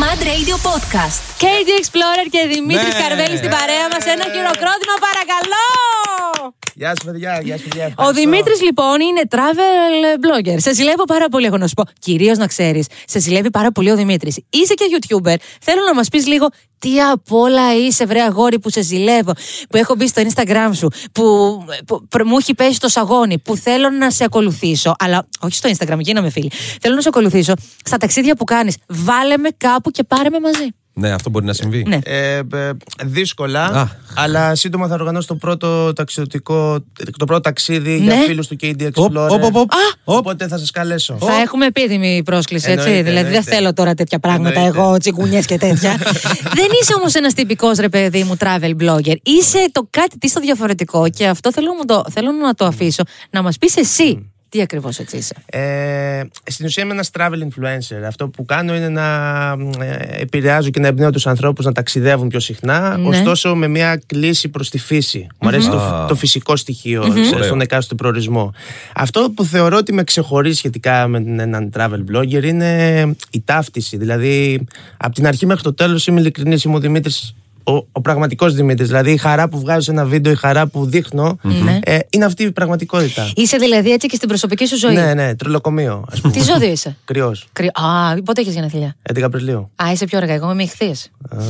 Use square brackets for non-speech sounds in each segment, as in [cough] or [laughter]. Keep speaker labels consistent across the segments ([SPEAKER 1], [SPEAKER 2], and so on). [SPEAKER 1] Mad Radio Podcast.
[SPEAKER 2] KD Explorer και Δημήτρης
[SPEAKER 3] Ναι.
[SPEAKER 2] Καρβέλη στην παρέα μας. Ένα χειροκρότημα, παρακαλώ!
[SPEAKER 3] Γεια σα, παιδιά. Γεια σα, παιδιά.
[SPEAKER 2] Ο
[SPEAKER 3] Ευχαριστώ.
[SPEAKER 2] Δημήτρης, λοιπόν, είναι travel blogger. Σε ζηλεύω πάρα πολύ, έχω να σου πω. Κυρίως να ξέρεις, σε ζηλεύει πάρα πολύ ο Δημήτρης. Είσαι και YouTuber. Θέλω να μας πεις λίγο τι απ' όλα είσαι, βρε αγόρι που σε ζηλεύω, που έχω μπει στο Instagram σου, που, που- που μου έχει πέσει το σαγόνι, που θέλω να σε ακολουθήσω. Αλλά όχι στο Instagram, γίναμε φίλοι. Θέλω να σε ακολουθήσω στα ταξίδια που κάνεις. Βάλε με κάπου και πάρε με μαζί.
[SPEAKER 4] Ναι, αυτό μπορεί να συμβεί.
[SPEAKER 2] Ναι.
[SPEAKER 3] Ε, ε, δύσκολα,
[SPEAKER 4] Α.
[SPEAKER 3] αλλά σύντομα θα οργανώσω το πρώτο ταξιδιωτικό, το πρώτο ταξίδι για
[SPEAKER 2] Ναι.
[SPEAKER 3] φίλους του KD
[SPEAKER 4] Οπ,
[SPEAKER 3] Explorer.
[SPEAKER 4] οπ, οπ, οπ. Α.
[SPEAKER 3] Οπότε θα σας καλέσω.
[SPEAKER 2] Θα έχουμε επίδημη πρόσκληση, έτσι.
[SPEAKER 3] Εννοείται,
[SPEAKER 2] δηλαδή
[SPEAKER 3] εννοείται.
[SPEAKER 2] δεν θέλω τώρα τέτοια πράγματα,
[SPEAKER 3] Εννοείται.
[SPEAKER 2] εγώ τσιγκουνιές και τέτοια.
[SPEAKER 3] [laughs]
[SPEAKER 2] δεν είσαι όμως ένας τυπικός ρε παιδί μου travel blogger. Είσαι το κάτι τι στο διαφορετικό και αυτό θέλω, να μου το, θέλω να το αφήσω να μας πεις εσύ τι ακριβώς έτσι είσαι.
[SPEAKER 3] Ε, στην ουσία είμαι ένας travel influencer. Αυτό που κάνω είναι να ε, επηρεάζω και να εμπνέω τους ανθρώπους να ταξιδεύουν πιο συχνά,
[SPEAKER 2] Ναι.
[SPEAKER 3] ωστόσο με μια κλίση προς τη φύση. Μου αρέσει το,
[SPEAKER 4] Α.
[SPEAKER 3] το φυσικό στοιχείο σε- στον
[SPEAKER 4] Ωραίο.
[SPEAKER 3] εκάστοτε προορισμό. Αυτό που θεωρώ ότι με ξεχωρίζει σχετικά με την- έναν travel blogger είναι η ταύτιση. Δηλαδή, από την αρχή μέχρι το τέλος είμαι ειλικρινής, είμαι ο Δημήτρης. Ο, ο πραγματικός Δημήτρης. Δηλαδή, η χαρά που βγάζω σε ένα βίντεο, η χαρά που δειχνω
[SPEAKER 2] Ναι.
[SPEAKER 3] ε, είναι αυτή η πραγματικότητα.
[SPEAKER 2] Είσαι δηλαδή έτσι και στην προσωπική σου ζωή.
[SPEAKER 3] Ναι, ναι, τρελοκομείο, ας πούμε.
[SPEAKER 2] Τι ζώδιο είσαι.
[SPEAKER 3] Κρυός.
[SPEAKER 2] Κρυ... Α, πότε έχεις γενέθλια.
[SPEAKER 3] 11 Απριλίου.
[SPEAKER 2] Α, είσαι πιο αργά. Εγώ είμαι ηχθής.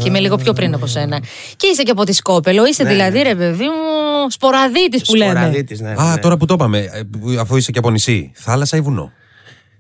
[SPEAKER 2] Και είμαι λίγο πιο πριν από σένα. Και είσαι και από τη Σκόπελο.
[SPEAKER 3] Ναι,
[SPEAKER 2] Είσαι δηλαδή, ρε παιδί μου, σποραδίτης που λέμε.
[SPEAKER 3] Σκοραδίτης, ναι,
[SPEAKER 4] Α,
[SPEAKER 3] ναι.
[SPEAKER 4] τώρα που το είπαμε, ε, που- αφού είσαι και από νησί, θάλασσα ή βουνό.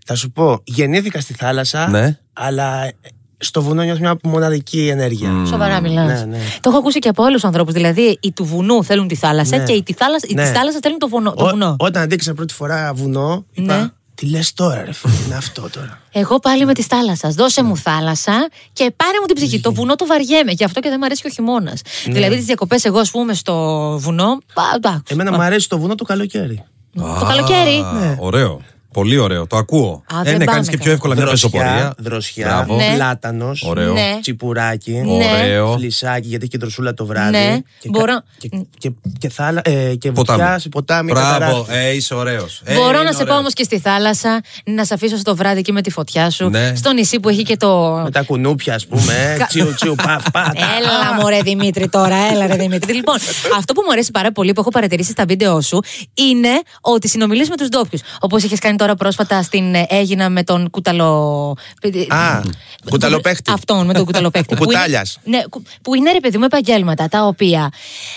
[SPEAKER 3] Θα σου πω, γεννήθηκα στη θάλασσα,
[SPEAKER 4] Ναι.
[SPEAKER 3] αλλά ε, στο βουνό νιώθω μια μοναδική ενέργεια.
[SPEAKER 2] Σοβαρά μιλάς.
[SPEAKER 3] Ναι, ναι.
[SPEAKER 2] Το έχω ακούσει και από άλλου ανθρώπους. Δηλαδή, οι του βουνού θέλουν τη θάλασσα
[SPEAKER 3] Ναι.
[SPEAKER 2] και οι τη θάλασσα,
[SPEAKER 3] Ναι.
[SPEAKER 2] θάλασσας θέλουν το, βουνό, το
[SPEAKER 3] Ό-
[SPEAKER 2] βουνό.
[SPEAKER 3] Όταν αντίκρισα πρώτη φορά βουνό, είπα,
[SPEAKER 2] Ναι.
[SPEAKER 3] τι λες τώρα ρε φίλε, είναι αυτό τώρα.
[SPEAKER 2] Εγώ πάλι με τη θάλασσα. Δώσε μου θάλασσα και πάρε μου την ψυχή. Το βουνό το βαριέμαι. Γι' αυτό και δεν μου αρέσει και ο χειμώνας.
[SPEAKER 3] Ναι.
[SPEAKER 2] Δηλαδή, τις διακοπές, εγώ ας πούμε στο βουνό. πα, εντάξει.
[SPEAKER 3] Εμένα μου αρέσει το βουνό το καλοκαίρι.
[SPEAKER 2] Το καλοκαίρι. Ναι.
[SPEAKER 4] Α,
[SPEAKER 3] Ναι.
[SPEAKER 4] Ωραίο. Πολύ ωραίο. Το ακούω.
[SPEAKER 2] Α,
[SPEAKER 4] Ε,
[SPEAKER 2] δεν
[SPEAKER 4] ναι,
[SPEAKER 2] πάμε
[SPEAKER 4] κάνεις και πιο
[SPEAKER 2] καλά.
[SPEAKER 4] εύκολα μια πεζοπορία.
[SPEAKER 3] δροσιά,
[SPEAKER 4] Μπράβο.
[SPEAKER 2] Ναι.
[SPEAKER 3] πλάτανος,
[SPEAKER 4] Ωραίο.
[SPEAKER 2] Ναι.
[SPEAKER 3] τσιπουράκι,
[SPEAKER 2] Ναι.
[SPEAKER 4] Ωραίο.
[SPEAKER 3] φλισάκι γιατί έχει και δροσούλα το βράδυ.
[SPEAKER 2] Ναι,
[SPEAKER 3] Και,
[SPEAKER 2] μπορώ-
[SPEAKER 3] κα- και, και, και, θάλα, ε, και βουτιά σε ποτάμι.
[SPEAKER 4] Μπράβο,
[SPEAKER 3] καταράκτη.
[SPEAKER 4] ε, είσαι ωραίος.
[SPEAKER 2] Μπορώ να σε πάω όμως και στη θάλασσα, να σε αφήσω στο βράδυ εκεί με τη φωτιά σου,
[SPEAKER 4] Ναι.
[SPEAKER 2] στο νησί που έχει και το,
[SPEAKER 3] Με τα κουνούπια ας πούμε, ε, τσιου τσιου παφ παφ.
[SPEAKER 2] Έλα μου ρε Δημήτρη τώρα, έλα ρε Δημήτρη. λοιπόν, αυτό που μου αρέσει πάρα πολύ που έχω παρατηρήσει στα βίντεο σου είναι ότι συνομιλείς με τους ντόπιους. Όπως είχες κάνει τώρα πρόσφατα στην ε, Έγινα με τον Κουταλο...
[SPEAKER 3] Α,
[SPEAKER 2] Που-
[SPEAKER 3] κουταλοπαίχτη.
[SPEAKER 2] Αυτόν, με τον κουταλοπαίχτη.
[SPEAKER 3] Ο
[SPEAKER 2] που είναι-
[SPEAKER 3] κουτάλιας.
[SPEAKER 2] Ναι, κου- που είναι ρε παιδί μου επαγγέλματα τα οποία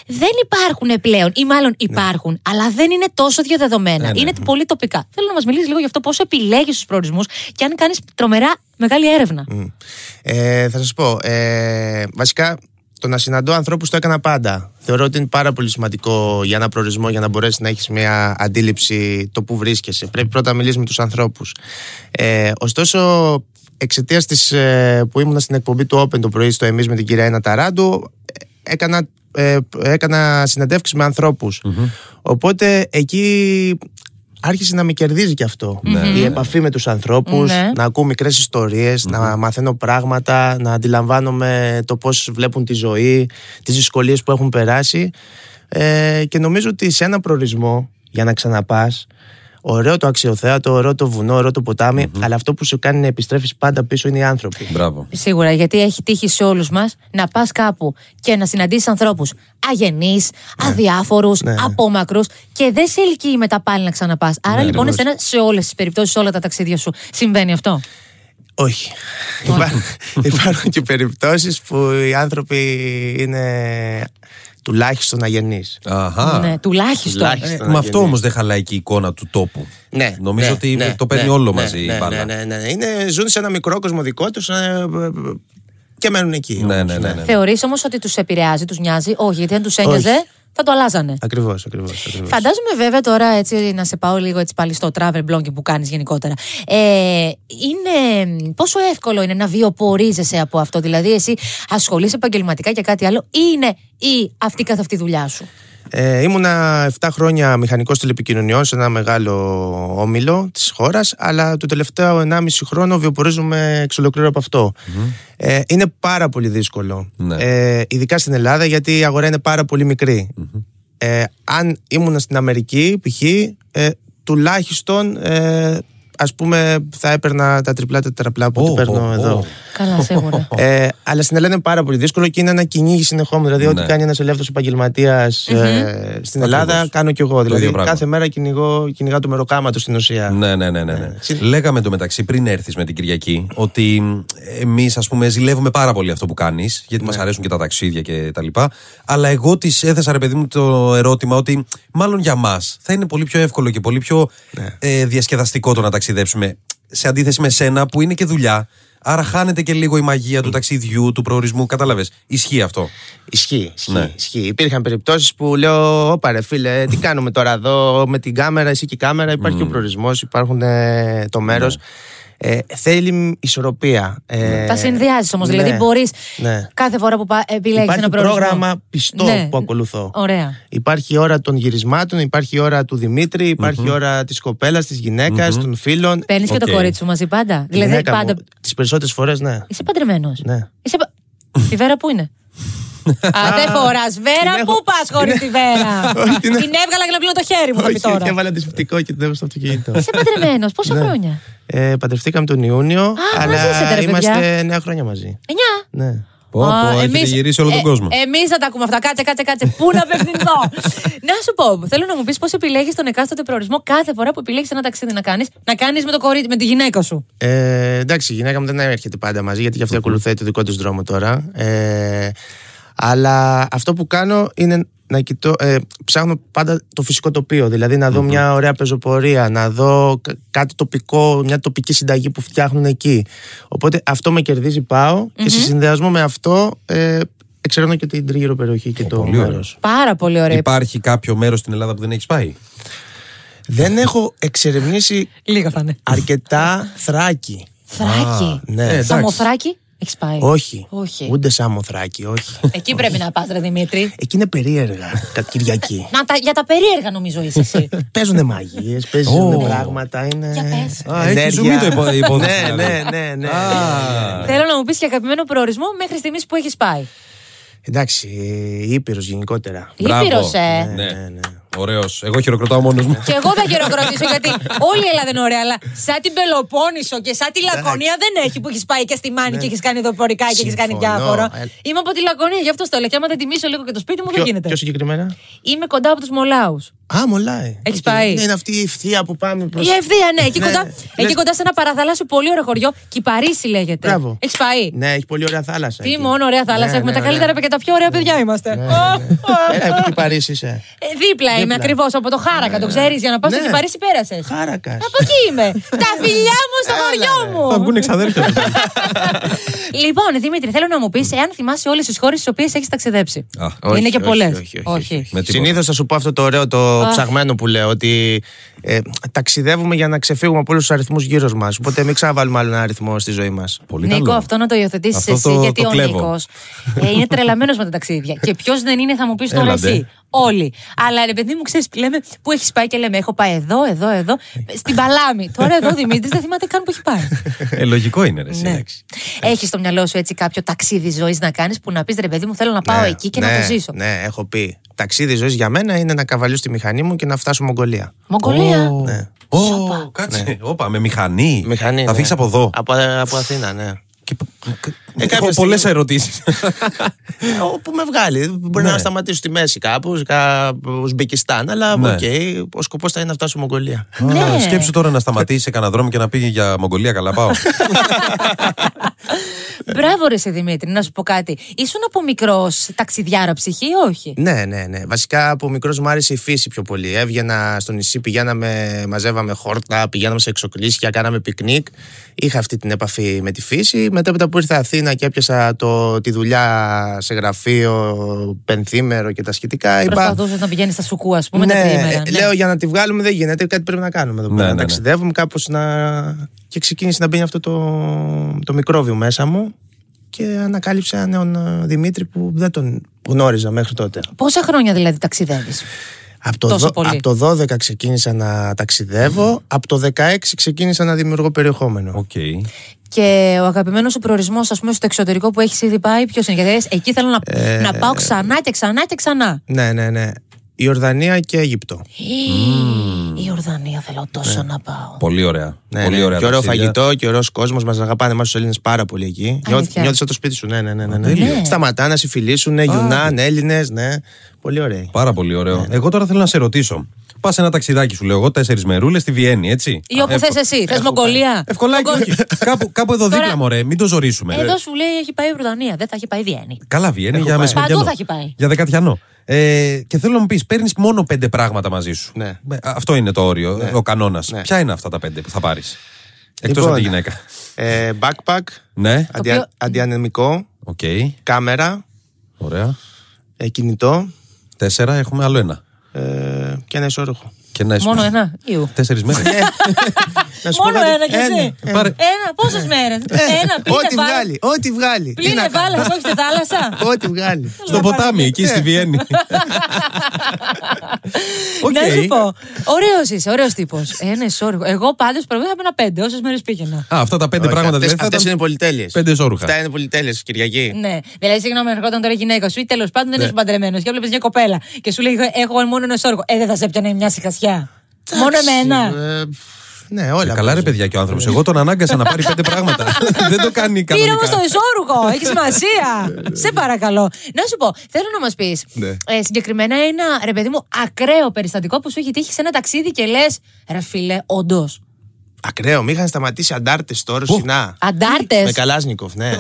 [SPEAKER 2] δεν υπάρχουν πλέον ή μάλλον
[SPEAKER 3] Ναι.
[SPEAKER 2] υπάρχουν, αλλά δεν είναι τόσο διαδεδομένα. Είναι πολύ τοπικά. Θέλω να μας μιλήσεις λίγο για αυτό πώς επιλέγεις τους προορισμούς και αν κάνεις τρομερά μεγάλη έρευνα.
[SPEAKER 3] Ε, θα σας πω. Ε, βασικά, το να συναντώ ανθρώπους το έκανα πάντα. Θεωρώ ότι είναι πάρα πολύ σημαντικό για ένα προορισμό, για να μπορέσει να έχεις μια αντίληψη το που βρίσκεσαι. Πρέπει πρώτα να μιλήσεις με τους ανθρώπους. Ε, ωστόσο, εξαιτίας της ε, που ήμουν στην εκπομπή του Open το πρωί στο Εμείς με την κυρία Ένα Ταράντου, ε, έκανα, ε, έκανα συνεντεύξεις με ανθρωπους Οπότε εκεί άρχισε να με κερδίζει και αυτό. Η επαφή με τους ανθρώπους,
[SPEAKER 2] Ναι.
[SPEAKER 3] να ακούω μικρές ιστορίες, να μαθαίνω πράγματα, να αντιλαμβάνομαι το πώς βλέπουν τη ζωή, τις δυσκολίες που έχουν περάσει. Ε, και νομίζω ότι σε ένα προορισμό, για να ξαναπάς, ωραίο το αξιοθέατο, ωραίο το βουνό, ωραίο το ποταμι αλλά αυτό που σου κάνει να επιστρέφεις πάντα πίσω είναι οι άνθρωποι.
[SPEAKER 4] Μπράβο.
[SPEAKER 2] Σίγουρα, γιατί έχει τύχει σε όλους μας να πας κάπου και να συναντήσεις ανθρώπους αγενείς, αδιάφορους,
[SPEAKER 3] Ναι.
[SPEAKER 2] απόμακρους και δεν σε ελκύει μετά πάλι να ξαναπάς. Άρα
[SPEAKER 3] Ναι,
[SPEAKER 2] λοιπόν, εσένα σε όλες τις περιπτώσεις, σε όλα τα ταξίδια σου συμβαίνει αυτό.
[SPEAKER 3] Όχι. Υπά- Υπάρχουν και περιπτώσεις που οι άνθρωποι είναι τουλάχιστον αγενείς.
[SPEAKER 4] Αχα.
[SPEAKER 2] Ναι, τουλάχιστον.
[SPEAKER 3] Τουλάχιστον.
[SPEAKER 4] Ε, Με αυτό όμως δεν χαλάει και η εικόνα του τόπου.
[SPEAKER 3] Ναι,
[SPEAKER 4] Νομίζω
[SPEAKER 3] ναι,
[SPEAKER 4] ότι
[SPEAKER 3] ναι,
[SPEAKER 4] το παίρνει
[SPEAKER 3] ναι,
[SPEAKER 4] όλο
[SPEAKER 3] ναι,
[SPEAKER 4] μαζί
[SPEAKER 3] ναι,
[SPEAKER 4] η μπάλα.
[SPEAKER 3] Ναι, ναι, ναι, ναι. Είναι, ζουν σε ένα μικρό κόσμο δικό τους ε, και μένουν εκεί.
[SPEAKER 4] Ναι,
[SPEAKER 3] όμως,
[SPEAKER 4] ναι, ναι, ναι.
[SPEAKER 2] Θεωρείς όμως ότι τους επηρεάζει, τους νοιάζει. Όχι, γιατί αν τους ένοιαζε,
[SPEAKER 3] Όχι.
[SPEAKER 2] θα το αλλάζανε.
[SPEAKER 3] Ακριβώς, ακριβώς. ακριβώς.
[SPEAKER 2] Φαντάζομαι βέβαια τώρα έτσι να σε πάω λίγο έτσι πάλι στο travel blogging που κάνεις γενικότερα. Ε, είναι, πόσο εύκολο είναι να βιοπορίζεσαι από αυτό, δηλαδή εσύ ασχολείσαι επαγγελματικά και κάτι άλλο ή είναι ή αυτή καθ' αυτή η δουλειά σου.
[SPEAKER 3] Ε, ήμουνα 7 χρόνια μηχανικός τηλεπικοινωνιών σε ένα μεγάλο όμιλο της χώρας, αλλά το τελευταίο 1,5 χρόνο βιοπορίζουμε εξ ολοκλήρου από αυτό. Ε, είναι πάρα πολύ δύσκολο.
[SPEAKER 4] Ναι.
[SPEAKER 3] Ε, ειδικά στην Ελλάδα, γιατί η αγορά είναι πάρα πολύ μικρή. Ε, αν ήμουν στην Αμερική, π.χ., ε, τουλάχιστον ε, ας πούμε θα έπαιρνα τα τριπλά, τα τετραπλά που
[SPEAKER 4] Ω,
[SPEAKER 3] oh, παίρνω
[SPEAKER 4] ω, ω.
[SPEAKER 3] εδώ. [laughs]
[SPEAKER 2] Καλά, σίγουρα.
[SPEAKER 3] Ε, αλλά στην Ελλάδα είναι πάρα πολύ δύσκολο και είναι ένα κυνήγι συνεχόμενο. Δηλαδή,
[SPEAKER 4] Ναι.
[SPEAKER 3] ό,τι κάνει ένας ελεύθερος ε, στην Ελλάδα,
[SPEAKER 4] Ακριβώς.
[SPEAKER 3] κάνω κι εγώ. Δηλαδή,
[SPEAKER 4] ίδιο πράγμα.
[SPEAKER 3] κάθε μέρα κυνηγώ, κυνηγά το μεροκάματο στην ουσία.
[SPEAKER 4] Ναι, ναι, ναι. ναι, ναι.
[SPEAKER 3] συν-
[SPEAKER 4] Λέγαμε το μεταξύ πριν έρθεις με την Κυριακή ότι εμείς, ας πούμε, ζηλεύουμε πάρα πολύ αυτό που κάνεις, γιατί μας μα αρέσουν και τα ταξίδια και τα λοιπά. Αλλά εγώ της έθεσα, ρε παιδί μου, το ερώτημα ότι μάλλον για μας θα είναι πολύ πιο εύκολο και πολύ πιο ε, διασκεδαστικό το να ταξιδέψουμε. Σε αντίθεση με σένα που είναι και δουλειά. Άρα χάνεται και λίγο η μαγεία του ταξιδιού, του προορισμού. Κατάλαβες. Ισχύει αυτό.
[SPEAKER 3] Ισχύει, ισχύει,
[SPEAKER 4] Ναι.
[SPEAKER 3] ισχύει. Υπήρχαν περιπτώσεις που λέω: Ωπα, ρε φίλε, τι κάνουμε τώρα εδώ με την κάμερα, εσύ και η κάμερα. Υπάρχει και ο προορισμός, υπάρχουν ε,
[SPEAKER 4] Ναι.
[SPEAKER 3] το μέρος. Ε, θέλει ισορροπία. Ε,
[SPEAKER 2] Τα συνδυάζεις όμως.
[SPEAKER 3] ναι,
[SPEAKER 2] Δηλαδή, μπορείς
[SPEAKER 3] ναι.
[SPEAKER 2] κάθε φορά που επιλέγει
[SPEAKER 3] Υπάρχει
[SPEAKER 2] ένα προορισμό.
[SPEAKER 3] πρόγραμμα πιστό
[SPEAKER 2] Ναι.
[SPEAKER 3] που ακολουθώ.
[SPEAKER 2] Ωραία.
[SPEAKER 3] Υπάρχει η ώρα των γυρισμάτων, υπάρχει η ώρα του Δημήτρη, υπάρχει η ώρα της κοπέλας, της γυναικα των φίλων.
[SPEAKER 2] Παίρνεις και το
[SPEAKER 4] Οκ.
[SPEAKER 2] κορίτσι σου μαζί πάντα. Δηλαδή, πάντα.
[SPEAKER 3] Τις περισσότερες φορές, ναι.
[SPEAKER 2] Είσαι παντρεμένος.
[SPEAKER 3] Ναι.
[SPEAKER 2] Είσαι... πα- Η Βέρα πού είναι.
[SPEAKER 3] [laughs]
[SPEAKER 2] Α, δεν φοράς. Βέρα,
[SPEAKER 3] την
[SPEAKER 2] πού
[SPEAKER 3] έχω-
[SPEAKER 2] πας χωρίς τη Βέρα.
[SPEAKER 3] [laughs] Όχι, την έχω-
[SPEAKER 2] Την έβγαλα και να πλύνω το χέρι μου θα πει
[SPEAKER 3] Όχι,
[SPEAKER 2] τώρα.
[SPEAKER 3] και έβαλα αντισηπτικό και την έβαλα στο αυτοκίνητο.
[SPEAKER 2] Είσαι παντρεμένος.
[SPEAKER 3] [laughs]
[SPEAKER 2] Πόσα χρόνια.
[SPEAKER 3] Ε, παντρευτήκαμε τον Ιούνιο, αλλά
[SPEAKER 2] μαζί είστε, ρε, παιδιά.
[SPEAKER 3] είμαστε 9 χρόνια μαζί.
[SPEAKER 2] Εννιά.
[SPEAKER 3] Ναι.
[SPEAKER 4] Πω, πω, έχετε γυρίσει
[SPEAKER 2] ε,
[SPEAKER 4] όλο τον κόσμο.
[SPEAKER 2] Εμείς θα τα ακούμε αυτά. Κάτσε, κάτσε, κάτσε. Πού να απευθυνθώ.
[SPEAKER 3] [laughs]
[SPEAKER 2] να σου πω, θέλω να μου πεις πώς επιλέγεις τον εκάστοτε προορισμό κάθε φορά που επιλέγεις ένα ταξίδι να κάνεις, να κάνεις με, το κορίτσι- με τη γυναίκα σου.
[SPEAKER 3] Ε, εντάξει, η γυναίκα μου δεν έρχεται πάντα μαζί, γιατί και αυτή ακολουθεί το δικό της δρόμο τώρα. Ε, αλλά αυτό που κάνω είναι να κοιτώ, ε, ψάχνω πάντα το φυσικό τοπίο. Δηλαδή να δω μια ωραία πεζοπορία, να δω κα- κάτι τοπικό, μια τοπική συνταγή που φτιάχνουν εκεί. Οπότε αυτό με κερδίζει, πάω, και σε συνδυασμό με αυτό ε, εξερώνω και την τριγύρω περιοχή και το
[SPEAKER 4] Ε, πολύ ωραίο.
[SPEAKER 3] μέρος.
[SPEAKER 2] Πάρα πολύ ωραία.
[SPEAKER 4] Υπάρχει κάποιο μέρος στην Ελλάδα που δεν έχεις πάει.
[SPEAKER 3] Δεν έχω εξερευνήσει
[SPEAKER 2] Λίγα θα είναι.
[SPEAKER 3] αρκετά Θράκη.
[SPEAKER 2] Θράκι.
[SPEAKER 3] ναι,
[SPEAKER 4] Ε, εντάξει.
[SPEAKER 2] Σαμοθράκι. Έχεις πάει.
[SPEAKER 3] Όχι.
[SPEAKER 2] Όχι.
[SPEAKER 3] Ούτε σαν Θράκη, όχι.
[SPEAKER 2] Εκεί πρέπει να πας, ρε Δημήτρη.
[SPEAKER 3] Εκεί είναι περίεργα κατά Κυριακή.
[SPEAKER 4] [laughs]
[SPEAKER 2] Να τα, για τα περίεργα νομίζω είσαι εσύ.
[SPEAKER 3] Παίζουν μαγείε, παίζουν
[SPEAKER 4] Ω.
[SPEAKER 3] πράγματα. Είναι...
[SPEAKER 2] Για πες.
[SPEAKER 4] Α, έχεις ζουμί το υπο- η υπόθεση,
[SPEAKER 3] ναι,
[SPEAKER 4] δηλαδή.
[SPEAKER 3] ναι, ναι, [laughs] ναι.
[SPEAKER 4] Α.
[SPEAKER 2] Θέλω να μου πεις και αγαπημένο προορισμό μέχρι στιγμής που έχεις πάει.
[SPEAKER 3] Εντάξει, Ήπειρος γενικότερα.
[SPEAKER 4] Μπράβο.
[SPEAKER 2] Ήπειρο, ε.
[SPEAKER 4] Ναι.
[SPEAKER 3] Ναι, ναι.
[SPEAKER 4] Ωραίος. Εγώ χειροκροτάω μόνος μου.
[SPEAKER 2] [laughs] Και εγώ θα χειροκροτήσω γιατί όλη η Ελλάδα είναι ωραία, αλλά σαν την Πελοπόννησο και σαν τη Λακωνία δεν έχει που έχεις πάει και στη Μάνη και έχεις κάνει δορυφορικά και έχεις κάνει
[SPEAKER 3] Συμφωνώ.
[SPEAKER 2] διάφορο.
[SPEAKER 3] Ε.
[SPEAKER 2] Είμαι από τη Λακωνία, γι' αυτό το λέω. Και άμα δεν τιμήσω λίγο και το σπίτι μου, δεν
[SPEAKER 3] Ποιο-
[SPEAKER 2] γίνεται.
[SPEAKER 3] Ποιο συγκεκριμένα.
[SPEAKER 2] Είμαι κοντά από τους Μολάους.
[SPEAKER 3] Α, μολάει.
[SPEAKER 2] Έχεις
[SPEAKER 3] Οκ.
[SPEAKER 2] πάει.
[SPEAKER 3] Ναι, είναι αυτή η ευθεία που πάμε προς.
[SPEAKER 2] Η ευθεία, ναι, εκεί,
[SPEAKER 3] Ναι.
[SPEAKER 2] κοντά, εκεί
[SPEAKER 3] Λες-
[SPEAKER 2] κοντά σε ένα παραθαλάσσιο πολύ ωραίο χωριό. Κυπαρίσι λέγεται.
[SPEAKER 3] Μπράβο.
[SPEAKER 2] Έχεις πάει.
[SPEAKER 3] Ναι, έχει πολύ ωραία θάλασσα.
[SPEAKER 2] Τι
[SPEAKER 3] εκεί.
[SPEAKER 2] μόνο ωραία θάλασσα
[SPEAKER 3] Ναι,
[SPEAKER 2] έχουμε.
[SPEAKER 3] ναι,
[SPEAKER 2] τα καλύτερα
[SPEAKER 3] ωραία. Ναι,
[SPEAKER 2] και τα πιο ωραία παιδιά είμαστε. [laughs]
[SPEAKER 3] [laughs] Έλα, από την Παρίσι είσαι.
[SPEAKER 2] Ε, Δίπλα είμαι ακριβώς από το Χάρακα, το ξέρεις. Για να πας στο
[SPEAKER 3] Ναι.
[SPEAKER 2] Κυπαρίσι πέρασες.
[SPEAKER 3] Χάρακας.
[SPEAKER 2] Από εκεί
[SPEAKER 3] [laughs]
[SPEAKER 2] είμαι. τα φιλιά μου στο χωριό μου.
[SPEAKER 4] εξαδέρφια
[SPEAKER 2] [laughs] Λοιπόν, Δημήτρη, θέλω να μου πεις εάν θυμάσαι όλες τις χώρες τι οποίες έχεις ταξιδέψει.
[SPEAKER 4] Α,
[SPEAKER 3] όχι,
[SPEAKER 2] Είναι και
[SPEAKER 3] όχι,
[SPEAKER 2] πολλές.
[SPEAKER 3] όχι, όχι, όχι,
[SPEAKER 4] Με τίποτα.
[SPEAKER 3] Συνήθως θα σου πω αυτό το ωραίο, το ψαγμένο που λέω, ότι ε, ταξιδεύουμε για να ξεφύγουμε από όλους τους αριθμούς γύρω μας. Οπότε μην ξαναβάλουμε άλλο ένα αριθμό στη ζωή μας.
[SPEAKER 4] Πολύ
[SPEAKER 2] Νίκο,
[SPEAKER 4] καλό.
[SPEAKER 2] αυτό να το υιοθετήσεις
[SPEAKER 4] Αυτό
[SPEAKER 2] εσύ,
[SPEAKER 4] το-
[SPEAKER 2] γιατί
[SPEAKER 4] το
[SPEAKER 2] ο
[SPEAKER 4] κλέβω.
[SPEAKER 2] Νίκος
[SPEAKER 4] [laughs]
[SPEAKER 2] είναι τρελαμένος με τα ταξίδια. και ποιος δεν είναι, θα μου πεις τώρα
[SPEAKER 4] Έλα,
[SPEAKER 2] εσύ.
[SPEAKER 4] ντε.
[SPEAKER 2] Όλοι. Αλλά ρε παιδί μου, ξέρεις, λέμε πού έχεις πάει και λέμε: Έχω πάει εδώ, εδώ, εδώ. Στην Παλάμη. τώρα εδώ ο Δημήτρης δεν θυμάται καν που έχει πάει.
[SPEAKER 4] [laughs] Ε, λογικό είναι, ρε. εσύ,
[SPEAKER 2] ναι.
[SPEAKER 4] εντάξει.
[SPEAKER 2] Έχει στο μυαλό σου έτσι κάποιο ταξίδι ζωής να κάνεις που να πεις ρε παιδί μου, θέλω να πάω εκεί και να το ζήσω.
[SPEAKER 3] Ναι, έχω πει. Ταξίδι ζωής για μένα είναι να καβαλιώ στη μηχανή μου και να φτάσω Μογγολία.
[SPEAKER 2] Μογγολία.
[SPEAKER 4] Ω,
[SPEAKER 3] Ναι.
[SPEAKER 4] Ω, κάτσε. Όπα, με μηχανή.
[SPEAKER 3] Μηχανή.
[SPEAKER 4] Θα
[SPEAKER 3] ναι.
[SPEAKER 4] φύγει από εδώ.
[SPEAKER 3] Από, από Αθήνα, ναι.
[SPEAKER 4] Και...
[SPEAKER 3] κάποια
[SPEAKER 4] Έχω
[SPEAKER 3] στιγμή-
[SPEAKER 4] πολλέ ερωτήσεις.
[SPEAKER 3] Ε, [laughs] Όπου με βγάλει. Μπορεί
[SPEAKER 4] Ναι.
[SPEAKER 3] να σταματήσω στη μέση κάπου, κα- Ουσμπεκιστάν, αλλά οκ.
[SPEAKER 4] Ναι.
[SPEAKER 3] ο σκοπός θα είναι να φτάσω Μογγολία.
[SPEAKER 2] Ναι.
[SPEAKER 4] Σκέψου τώρα να σταματήσει σε κανένα δρόμο και να πήγε για Μογγολία.
[SPEAKER 3] [laughs]
[SPEAKER 4] Καλά, πάω.
[SPEAKER 2] [laughs] Μπράβο, ρε σε Δημήτρη, να σου πω κάτι. Ήσουν από μικρός ταξιδιάρα ψυχή ή όχι.
[SPEAKER 3] Ναι, ναι, ναι. Βασικά από μικρός μου άρεσε η φύση πιο πολύ. Έβγαινα στο νησί, πηγαίναμε, μαζεύαμε χόρτα, πηγαίναμε σε εξοκλήσια, κάναμε πικνίκ. Είχα αυτή την επαφή με τη φύση. Μετά που ήρθα Αθήνα και έπιασα το, τη δουλειά σε γραφείο, πενθήμερο και τα σχετικά. Είπα,
[SPEAKER 2] Προσπαθούσες να πηγαίνεις στα σουκού, ας πούμε, τα
[SPEAKER 3] ναι,
[SPEAKER 2] τριήμερα.
[SPEAKER 3] ε, λέω για να τη βγάλουμε δεν γίνεται, κάτι πρέπει να κάνουμε εδώ πέρα.
[SPEAKER 4] Ναι,
[SPEAKER 3] να
[SPEAKER 4] ναι, ναι.
[SPEAKER 3] ταξιδεύουμε κάπως να. Και ξεκίνησε να μπαίνει αυτό το, το μικρόβιο μέσα μου και ανακάλυψα έναν νέον ε, Δημήτρη που δεν τον γνώριζα μέχρι τότε.
[SPEAKER 2] Πόσα χρόνια δηλαδή ταξιδεύεις.
[SPEAKER 3] Από το,
[SPEAKER 2] Τόσο
[SPEAKER 3] δο-
[SPEAKER 2] πολύ.
[SPEAKER 3] απ' το 12 ξεκίνησα να ταξιδεύω, από το 16 ξεκίνησα να δημιουργώ περιεχόμενο.
[SPEAKER 4] Οκ.
[SPEAKER 2] Και ο αγαπημένος σου προορισμός, ας πούμε, στο εξωτερικό
[SPEAKER 3] Ε,
[SPEAKER 2] που έχεις ήδη πάει, ποιος είναι. Γιατί λες, εκεί θέλω να, να πάω ξανά και ξανά και ξανά.
[SPEAKER 3] Ναι, ναι, ναι. Ιορδανία και Αίγυπτο.
[SPEAKER 2] Η Ιορδανία θέλω τόσο να πάω.
[SPEAKER 4] Πολύ ωραία.
[SPEAKER 3] Ναι,
[SPEAKER 4] Πολύ
[SPEAKER 3] ναι,
[SPEAKER 4] ωραία
[SPEAKER 3] και ωραίο
[SPEAKER 4] ταξίδια.
[SPEAKER 3] φαγητό και ωραίος κόσμος. Μας αγαπάνε εμάς τους Έλληνες πάρα πολύ εκεί. Νιώθ,
[SPEAKER 2] Αλήθεια.
[SPEAKER 3] νιώθεις σαν το σπίτι σου, ναι, ναι, ναι. ναι, ναι.
[SPEAKER 2] τέλειο.
[SPEAKER 3] Σταματάνε, σε φιλήσουν, Γιουνάν, Έλληνες, ναι. Πολύ ωραίοι.
[SPEAKER 4] Πάρα πολύ
[SPEAKER 3] Ναι,
[SPEAKER 4] ωραίο. Εγώ τώρα θέλω να σε ρωτήσω. Πας ένα ταξιδάκι σου, λέω εγώ, τέσσερις μερούλες στη Βιέννη, έτσι.
[SPEAKER 2] Ή όπου
[SPEAKER 4] Εύκολα.
[SPEAKER 2] θες εσύ. Θες Μογγολία.
[SPEAKER 4] Ευκολάκι.
[SPEAKER 2] Μογγολ-
[SPEAKER 4] όχι. κάπου, κάπου εδώ
[SPEAKER 2] Τώρα-
[SPEAKER 4] δίπλα, μωρέ, μην το ζορίσουμε.
[SPEAKER 2] Εδώ σου λέει έχει πάει η Βρετανία. Δεν θα έχει πάει η Βιέννη.
[SPEAKER 4] Καλά, Βιέννη για
[SPEAKER 3] πάει.
[SPEAKER 4] μεσημεριανό.
[SPEAKER 2] Παντού θα έχει πάει.
[SPEAKER 4] Για δεκατιανό. Ε, και θέλω να μου πεις, παίρνεις μόνο πέντε πράγματα μαζί σου.
[SPEAKER 3] Ναι.
[SPEAKER 4] Ε, Αυτό είναι το όριο, ο κανόνας.
[SPEAKER 3] Ναι.
[SPEAKER 4] Ποια είναι αυτά τα πέντε που θα πάρεις. Εκτός
[SPEAKER 3] Λοιπόν,
[SPEAKER 4] από τη γυναίκα.
[SPEAKER 3] Ε, backpack,
[SPEAKER 4] Ναι,
[SPEAKER 3] αντι,
[SPEAKER 2] οποίο-
[SPEAKER 3] αντιανεμικό,
[SPEAKER 4] οκ.
[SPEAKER 3] κάμερα,
[SPEAKER 4] Ωραία.
[SPEAKER 3] ε, κινητό
[SPEAKER 4] Τέσσερα, έχουμε άλλο ένα.
[SPEAKER 3] ε, και ένα ισόρροχο.
[SPEAKER 4] Και ένα
[SPEAKER 2] Μόνο ένα. Ιου.
[SPEAKER 4] Τέσσερις μέρες.
[SPEAKER 3] Ναι. Να σου πω
[SPEAKER 2] Μόνο
[SPEAKER 3] κάτι. Ε,
[SPEAKER 2] ένα κι εσύ.
[SPEAKER 4] Πάρε.
[SPEAKER 2] Ένα. Πόσες μέρες. Ένα.
[SPEAKER 3] Ό,τι
[SPEAKER 2] Πλήνε βάλε.
[SPEAKER 3] βγάλει, ό,τι βγάλει. Τι να
[SPEAKER 2] Πλήνε
[SPEAKER 3] κάνω.
[SPEAKER 2] βάλε. Όχι στη θάλασσα.
[SPEAKER 3] Ό,τι βγάλει.
[SPEAKER 4] [laughs] Στο ποτάμι, εκεί
[SPEAKER 2] Ναι.
[SPEAKER 4] στη Βιέννη. Οκ.
[SPEAKER 2] Να σου πω. Ωραίος είσαι, ωραίος τύπος. Ένα όργο. ναι, Εγώ πάντως πρέπει να ένα πέντε όσες μέρες πήγαινα.
[SPEAKER 4] Α, αυτά τα πέντε
[SPEAKER 3] Όχι,
[SPEAKER 4] πράγματα
[SPEAKER 3] αυτές-
[SPEAKER 4] δηλαδή. θα
[SPEAKER 3] αυτές
[SPEAKER 4] ήταν
[SPEAKER 3] είναι πολυτέλειες.
[SPEAKER 4] Πέντε ζόρουχα.
[SPEAKER 3] Αυτά είναι πολυτέλειες, Κυριακή.
[SPEAKER 2] Ναι. Δηλαδή, συγγνώμη, ερχόταν τώρα η γυναίκα σου ή τέλος πάντων
[SPEAKER 3] Ναι.
[SPEAKER 2] δεν είσαι παντρεμένος και έβλεπες μια κοπέλα και σου λέει: Έχω μόνο ένα όργο. Ε, δεν θα σε έπιανε μια συχασιά. Μόνο εμένα.
[SPEAKER 3] Ε, Ναι, όλα.
[SPEAKER 4] Ε, Καλά, ρε
[SPEAKER 3] παίζουν.
[SPEAKER 4] παιδιά και ο άνθρωπος. Εγώ τον ανάγκασα να πάρει πέντε
[SPEAKER 2] [laughs]
[SPEAKER 4] πράγματα. Δεν το κάνει
[SPEAKER 2] Πήρε όμω
[SPEAKER 4] κανονικά.
[SPEAKER 2] το εσόρουχο, έχει σημασία. σε παρακαλώ. Να σου πω, θέλω να μας πεις
[SPEAKER 4] Ναι.
[SPEAKER 2] ε, συγκεκριμένα ένα ρε παιδί μου ακραίο περιστατικό που σου έχει τύχει σε ένα ταξίδι και λες ρε φίλε, όντως.
[SPEAKER 3] Ακραίο, με είχαν σταματήσει αντάρτες τώρα στην
[SPEAKER 2] Αντάρτες.
[SPEAKER 3] Με Καλάσνικοφ, ναι.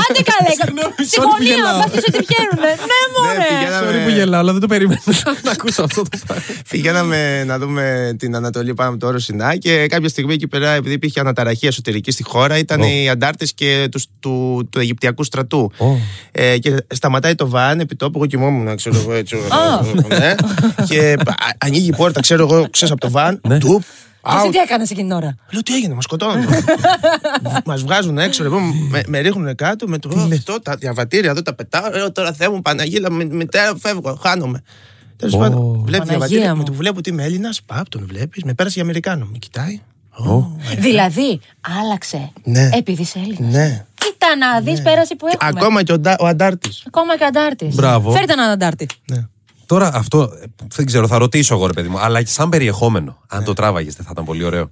[SPEAKER 2] Άντε καλέ. Στη
[SPEAKER 4] sorry που
[SPEAKER 2] γωνία
[SPEAKER 4] γελάω.
[SPEAKER 2] μα αυτοί σε τυχαίνουνε. Ναι, μωρέ.
[SPEAKER 3] πηγαίναμε-
[SPEAKER 4] Sorry που γελάω, αλλά δεν το
[SPEAKER 2] [laughs]
[SPEAKER 4] περίμενα να ακούσω αυτό το πράγμα.
[SPEAKER 3] Πηγαίναμε να δούμε την Ανατολή πάνω από το όρο Σινά και κάποια στιγμή εκεί πέρα, επειδή υπήρχε αναταραχή εσωτερική στη χώρα, ήταν
[SPEAKER 4] Ω.
[SPEAKER 3] οι αντάρτες και τους, του, του Αιγυπτιακού στρατού.
[SPEAKER 4] Ω.
[SPEAKER 3] Ε, και σταματάει το βαν επί τόπου, εγώ κοιμόμουν, ξέρω εγώ έτσι. ναι. και α- ανοίγει η πόρτα, ξέρω εγώ, ξέρεις από το βαν.
[SPEAKER 4] Ναι.
[SPEAKER 3] Ντουπ,
[SPEAKER 2] Και εσύ
[SPEAKER 3] out.
[SPEAKER 2] τι έκανες εκείνη την ώρα.
[SPEAKER 3] Λέω τι έγινε, μας
[SPEAKER 4] [laughs]
[SPEAKER 3] σκοτώνουν. μας βγάζουν έξω, λοιπόν, με, με ρίχνουν κάτω, με το αυτό, τα διαβατήρια εδώ τα πετάω. Λέω τώρα θέλω μου Παναγίλα, με, μητέρα φεύγω, χάνομαι. Τέλος
[SPEAKER 4] Ω.
[SPEAKER 3] πάντων, βλέπει
[SPEAKER 2] Παναγία
[SPEAKER 3] διαβατήρια,
[SPEAKER 2] μου.
[SPEAKER 3] με το βλέπω ότι είμαι Έλληνας, παπ, τον βλέπεις, με πέρασε για Αμερικάνο. Με κοιτάει. Ω,
[SPEAKER 2] Δηλαδή, άλλαξε.
[SPEAKER 3] Ναι.
[SPEAKER 2] Επειδή είσαι Έλληνας.
[SPEAKER 3] Ναι.
[SPEAKER 2] Κοίτα να δεις πέραση που έχουμε.
[SPEAKER 3] Ακόμα και ο, ντα- ο αντάρτης.
[SPEAKER 2] Ακόμα και αντάρτης.
[SPEAKER 4] Μπράβο.
[SPEAKER 2] Φέρτε έναν αντάρτη.
[SPEAKER 3] Ναι.
[SPEAKER 4] Τώρα αυτό ε, δεν ξέρω, θα ρωτήσω εγώ ρε παιδί μου, αλλά σαν περιεχόμενο. Αν
[SPEAKER 3] Ναι.
[SPEAKER 4] το τράβαγες, δεν θα ήταν πολύ
[SPEAKER 3] [laughs]
[SPEAKER 4] ωραίο.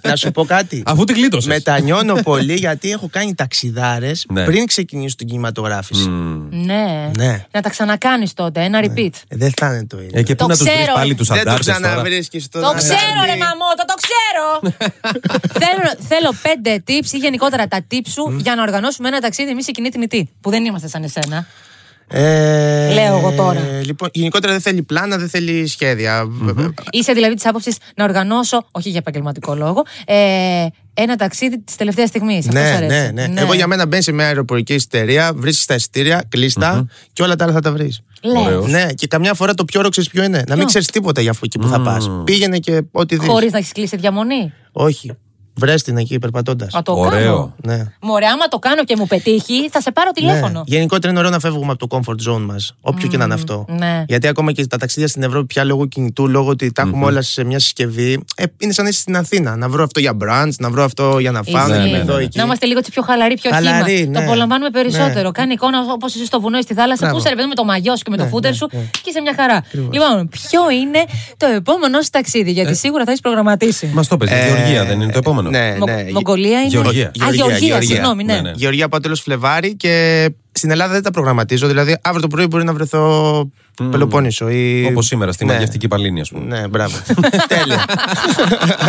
[SPEAKER 3] Να σου πω κάτι.
[SPEAKER 4] Αφού την κλείτωσε.
[SPEAKER 3] Μετανιώνω πολύ γιατί έχω κάνει ταξιδάρες
[SPEAKER 4] Ναι.
[SPEAKER 3] πριν ξεκινήσω την κινηματογράφηση.
[SPEAKER 2] Ναι.
[SPEAKER 3] Ναι.
[SPEAKER 2] Να τα ξανακάνεις τότε. Ένα repeat.
[SPEAKER 3] Ε, Δεν θα είναι το ίδιο.
[SPEAKER 4] Ε, και
[SPEAKER 2] Το
[SPEAKER 4] πού να τους βρεις
[SPEAKER 2] ξέρω,
[SPEAKER 4] πάλι
[SPEAKER 2] ρε.
[SPEAKER 4] τους
[SPEAKER 3] Δεν το
[SPEAKER 4] αντάρτες τώρα.
[SPEAKER 3] ξαναβρίσκεις
[SPEAKER 2] Το ξέρω, ρε μαμότα, το
[SPEAKER 3] [laughs]
[SPEAKER 2] ξέρω! θέλω, θέλω πέντε tips ή γενικότερα τα tips σου για να οργανώσουμε ένα ταξίδι εμείς σε κοινή τιμητή. Που δεν είμαστε σαν εσένα.
[SPEAKER 3] Ε,
[SPEAKER 2] Λέω εγώ τώρα.
[SPEAKER 3] ε, Λοιπόν, γενικότερα δεν θέλει πλάνα, δεν θέλει σχέδια. Ε,
[SPEAKER 2] Είσαι δηλαδή της άποψης να οργανώσω, όχι για επαγγελματικό λόγο, ε, ένα ταξίδι της τελευταίας στιγμής.
[SPEAKER 3] Ναι, ναι, ναι, Εγώ για μένα μπαίνεις σε μια αεροπορική εταιρεία, βρίσκεις τα εισιτήρια, κλείστα, και όλα τα άλλα θα τα βρεις.
[SPEAKER 4] Ωραίο.
[SPEAKER 2] Λέω.
[SPEAKER 4] Πώς?
[SPEAKER 3] Ναι, και καμιά φορά το πιο ωραίο ξέρει ποιο είναι. Να μην ξέρεις τίποτα για αυτό εκεί που θα πας. Πήγαινε και ό,τι δεις.
[SPEAKER 2] Χωρίς να έχεις κλείσει διαμονή.
[SPEAKER 3] Όχι. Βρε την εκεί περπατώντας.
[SPEAKER 2] Α, το
[SPEAKER 4] Ωραίο.
[SPEAKER 2] κάνω.
[SPEAKER 3] Ναι.
[SPEAKER 2] Μωρέ, άμα το κάνω και μου πετύχει, θα σε πάρω τηλέφωνο.
[SPEAKER 3] Ναι. Γενικότερα είναι ωραίο να φεύγουμε από το comfort zone μας. Όποιο και να είναι αυτό.
[SPEAKER 2] ναι.
[SPEAKER 3] Γιατί ακόμα και τα ταξίδια στην Ευρώπη πια λόγω κινητού, λόγω ότι τα έχουμε όλα σε μια συσκευή. Ε, είναι σαν να είσαι στην Αθήνα. Να βρω αυτό για brunch, να βρω αυτό για να φάω.
[SPEAKER 2] Ισχύει.
[SPEAKER 3] να
[SPEAKER 4] ναι, ναι,
[SPEAKER 3] κοιμηθώ
[SPEAKER 4] ναι.
[SPEAKER 3] εκεί.
[SPEAKER 2] Να είμαστε λίγο έτσι πιο χαλαροί, πιο
[SPEAKER 3] Χαλαροί,
[SPEAKER 2] χύμα.
[SPEAKER 3] ναι. Ναι,
[SPEAKER 2] Το απολαμβάνουμε περισσότερο. Κάνει εικόνα όπως είσαι στο βουνό ή στη θάλασσα, που είσαι ρε παιδί μου, με το μαγιό σου και με το φούτερ σου και είσαι μια χαρά. Λοιπόν, ποιο είναι το επόμενο σου ταξίδι,
[SPEAKER 3] Ε.
[SPEAKER 2] γιατί σίγουρα θα έχεις προγραμματίσει.
[SPEAKER 4] Μας το πες, η Γεωργία Ε, δεν είναι το επόμενο.
[SPEAKER 3] Ναι,
[SPEAKER 2] Μο-
[SPEAKER 3] ναι.
[SPEAKER 2] Μογγολία είναι.
[SPEAKER 4] Γεωργία.
[SPEAKER 2] Α,
[SPEAKER 3] Γεωργία,
[SPEAKER 2] Γεωργία,
[SPEAKER 3] Γεωργία.
[SPEAKER 2] συγγνώμη, ναι.
[SPEAKER 4] Ναι, ναι.
[SPEAKER 3] Γεωργία πάω τέλος Φλεβάρι και στην Ελλάδα δεν τα προγραμματίζω. Δηλαδή αύριο το πρωί μπορεί να βρεθώ Πελοπόννησο. Ή...
[SPEAKER 4] Όπως σήμερα στη
[SPEAKER 3] Ναι.
[SPEAKER 4] μαγευτική Παλίνη, ας πούμε.
[SPEAKER 3] Ναι,
[SPEAKER 4] [laughs]
[SPEAKER 3] μπράβο. Τέλεια.
[SPEAKER 2] [laughs]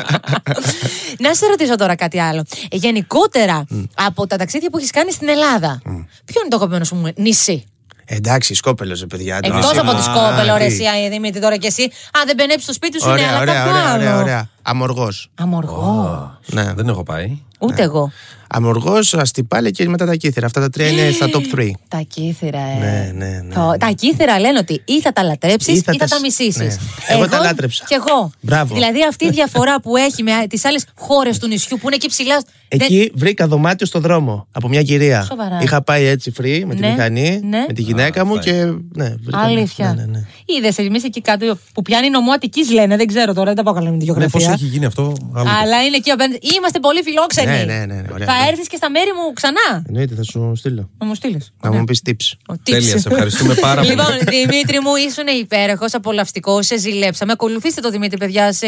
[SPEAKER 2] Να σε ρωτήσω τώρα κάτι άλλο. Ε, γενικότερα, από τα ταξίδια που έχεις κάνει στην Ελλάδα, ποιο είναι το αγαπημένο σου μου νησί.
[SPEAKER 3] Εντάξει, σκόπελος, παιδιά. το
[SPEAKER 2] Εκτό
[SPEAKER 3] νησί
[SPEAKER 2] από
[SPEAKER 3] μου.
[SPEAKER 2] τη
[SPEAKER 3] Α,
[SPEAKER 2] Σκόπελο, ρε,
[SPEAKER 3] τι.
[SPEAKER 2] εσύ, α, Δημήτρη, τώρα κι εσύ. Αν δεν μπαινέψει στο σπίτι σου, είναι
[SPEAKER 3] Ωραία,
[SPEAKER 2] αλλά
[SPEAKER 3] ωραία,
[SPEAKER 2] κάποιο
[SPEAKER 3] ωραία, ωραία,
[SPEAKER 2] άλλο.
[SPEAKER 3] ωραία. Αμοργός.
[SPEAKER 2] Αμοργός.
[SPEAKER 3] Ναι.
[SPEAKER 4] Δεν έχω πάει.
[SPEAKER 2] Ούτε εγώ.
[SPEAKER 3] Αμοργός, αστυπάλε και μετά τα κύθρα. Αυτά τα τρία
[SPEAKER 2] Ε.
[SPEAKER 3] είναι στα top 3.
[SPEAKER 2] Τα κύθρα, ε.
[SPEAKER 3] Ναι, ναι, ναι.
[SPEAKER 2] Το- τα κύθρα λένε ότι ή θα τα λατρέψεις ή
[SPEAKER 3] Ή
[SPEAKER 2] θα
[SPEAKER 3] θα
[SPEAKER 2] τα,
[SPEAKER 3] τα σ-
[SPEAKER 2] μισήσεις.
[SPEAKER 3] ναι. Εγώ τα λάτρεψα.
[SPEAKER 2] Κι εγώ.
[SPEAKER 3] Μπράβο.
[SPEAKER 2] Δηλαδή αυτή η διαφορά που έχει με τις άλλες χώρες του νησιού που είναι εκεί ψηλά.
[SPEAKER 3] Εκεί βρήκα δωμάτιο στο δρόμο από μια κυρία.
[SPEAKER 2] Σοβαρά.
[SPEAKER 3] Είχα πάει έτσι free με τη
[SPEAKER 2] Ναι,
[SPEAKER 3] μηχανή,
[SPEAKER 2] ναι.
[SPEAKER 3] με τη γυναίκα μου και. Ναι, βρήκα.
[SPEAKER 2] Αλήθεια.
[SPEAKER 3] Ναι, ναι, ναι.
[SPEAKER 2] Είδες εμείς εκεί κάτω που πιάνει νομό Αττικής λένε, δεν ξέρω τώρα, δεν τα πάω καλά με τη
[SPEAKER 4] Ναι,
[SPEAKER 2] γεωγραφία.
[SPEAKER 4] πώ έχει γίνει αυτό. άλλο.
[SPEAKER 2] Αλλά είναι εκεί απέναντι. Είμαστε πολύ φιλόξενοι.
[SPEAKER 3] Ναι, ναι, ναι, ναι, ωραία.
[SPEAKER 2] Θα έρθεις και στα μέρη μου ξανά.
[SPEAKER 3] Εννοείται, θα σου στείλω.
[SPEAKER 2] Να μου στείλεις.
[SPEAKER 3] Να μου πει tips.
[SPEAKER 4] Τέλεια, σε ευχαριστούμε πάρα πολύ.
[SPEAKER 2] Λοιπόν, Δημήτρη μου, ήσουν υπέροχος, απολαυστικός, σε ζηλέψαμε. Ακολουθήστε το Δημήτρη, παιδιά, σε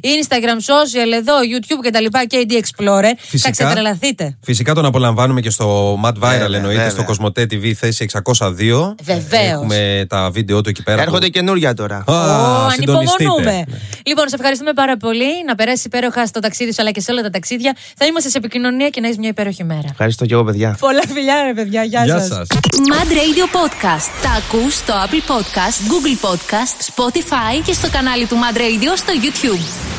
[SPEAKER 2] Instagram, social, εδώ, YouTube κτλ. KD Explorer. Θα ξετρελαθείτε.
[SPEAKER 4] Φυσικά τον απολαμβάνουμε και στο Mad Viral
[SPEAKER 3] Βέβαια,
[SPEAKER 4] εννοείται, στο Κοσμοτέ TV θέση 602.
[SPEAKER 2] Βεβαίως.
[SPEAKER 4] Έχουμε τα βίντεο του εκεί πέρα.
[SPEAKER 3] Έρχονται καινούρια τώρα.
[SPEAKER 4] Α,
[SPEAKER 2] Ω,
[SPEAKER 4] συντονιστείτε. Ναι.
[SPEAKER 2] ανυπομονούμε. Λοιπόν, σε ευχαριστούμε πάρα πολύ. Να περάσει υπέροχα στο ταξίδι σου αλλά και σε όλα τα ταξίδια. Θα είμαστε σε επικοινωνία και να έχεις μια υπέροχη μέρα.
[SPEAKER 3] Ευχαριστώ και εγώ, παιδιά.
[SPEAKER 2] Πολλά φιλιά, ρε παιδιά. Γεια,
[SPEAKER 4] Γεια
[SPEAKER 2] σας.
[SPEAKER 4] σας.
[SPEAKER 1] Mad Radio Podcast. Τα ακούς στο Apple Podcast, Google Podcast, Spotify και στο κανάλι του Mad Radio στο YouTube.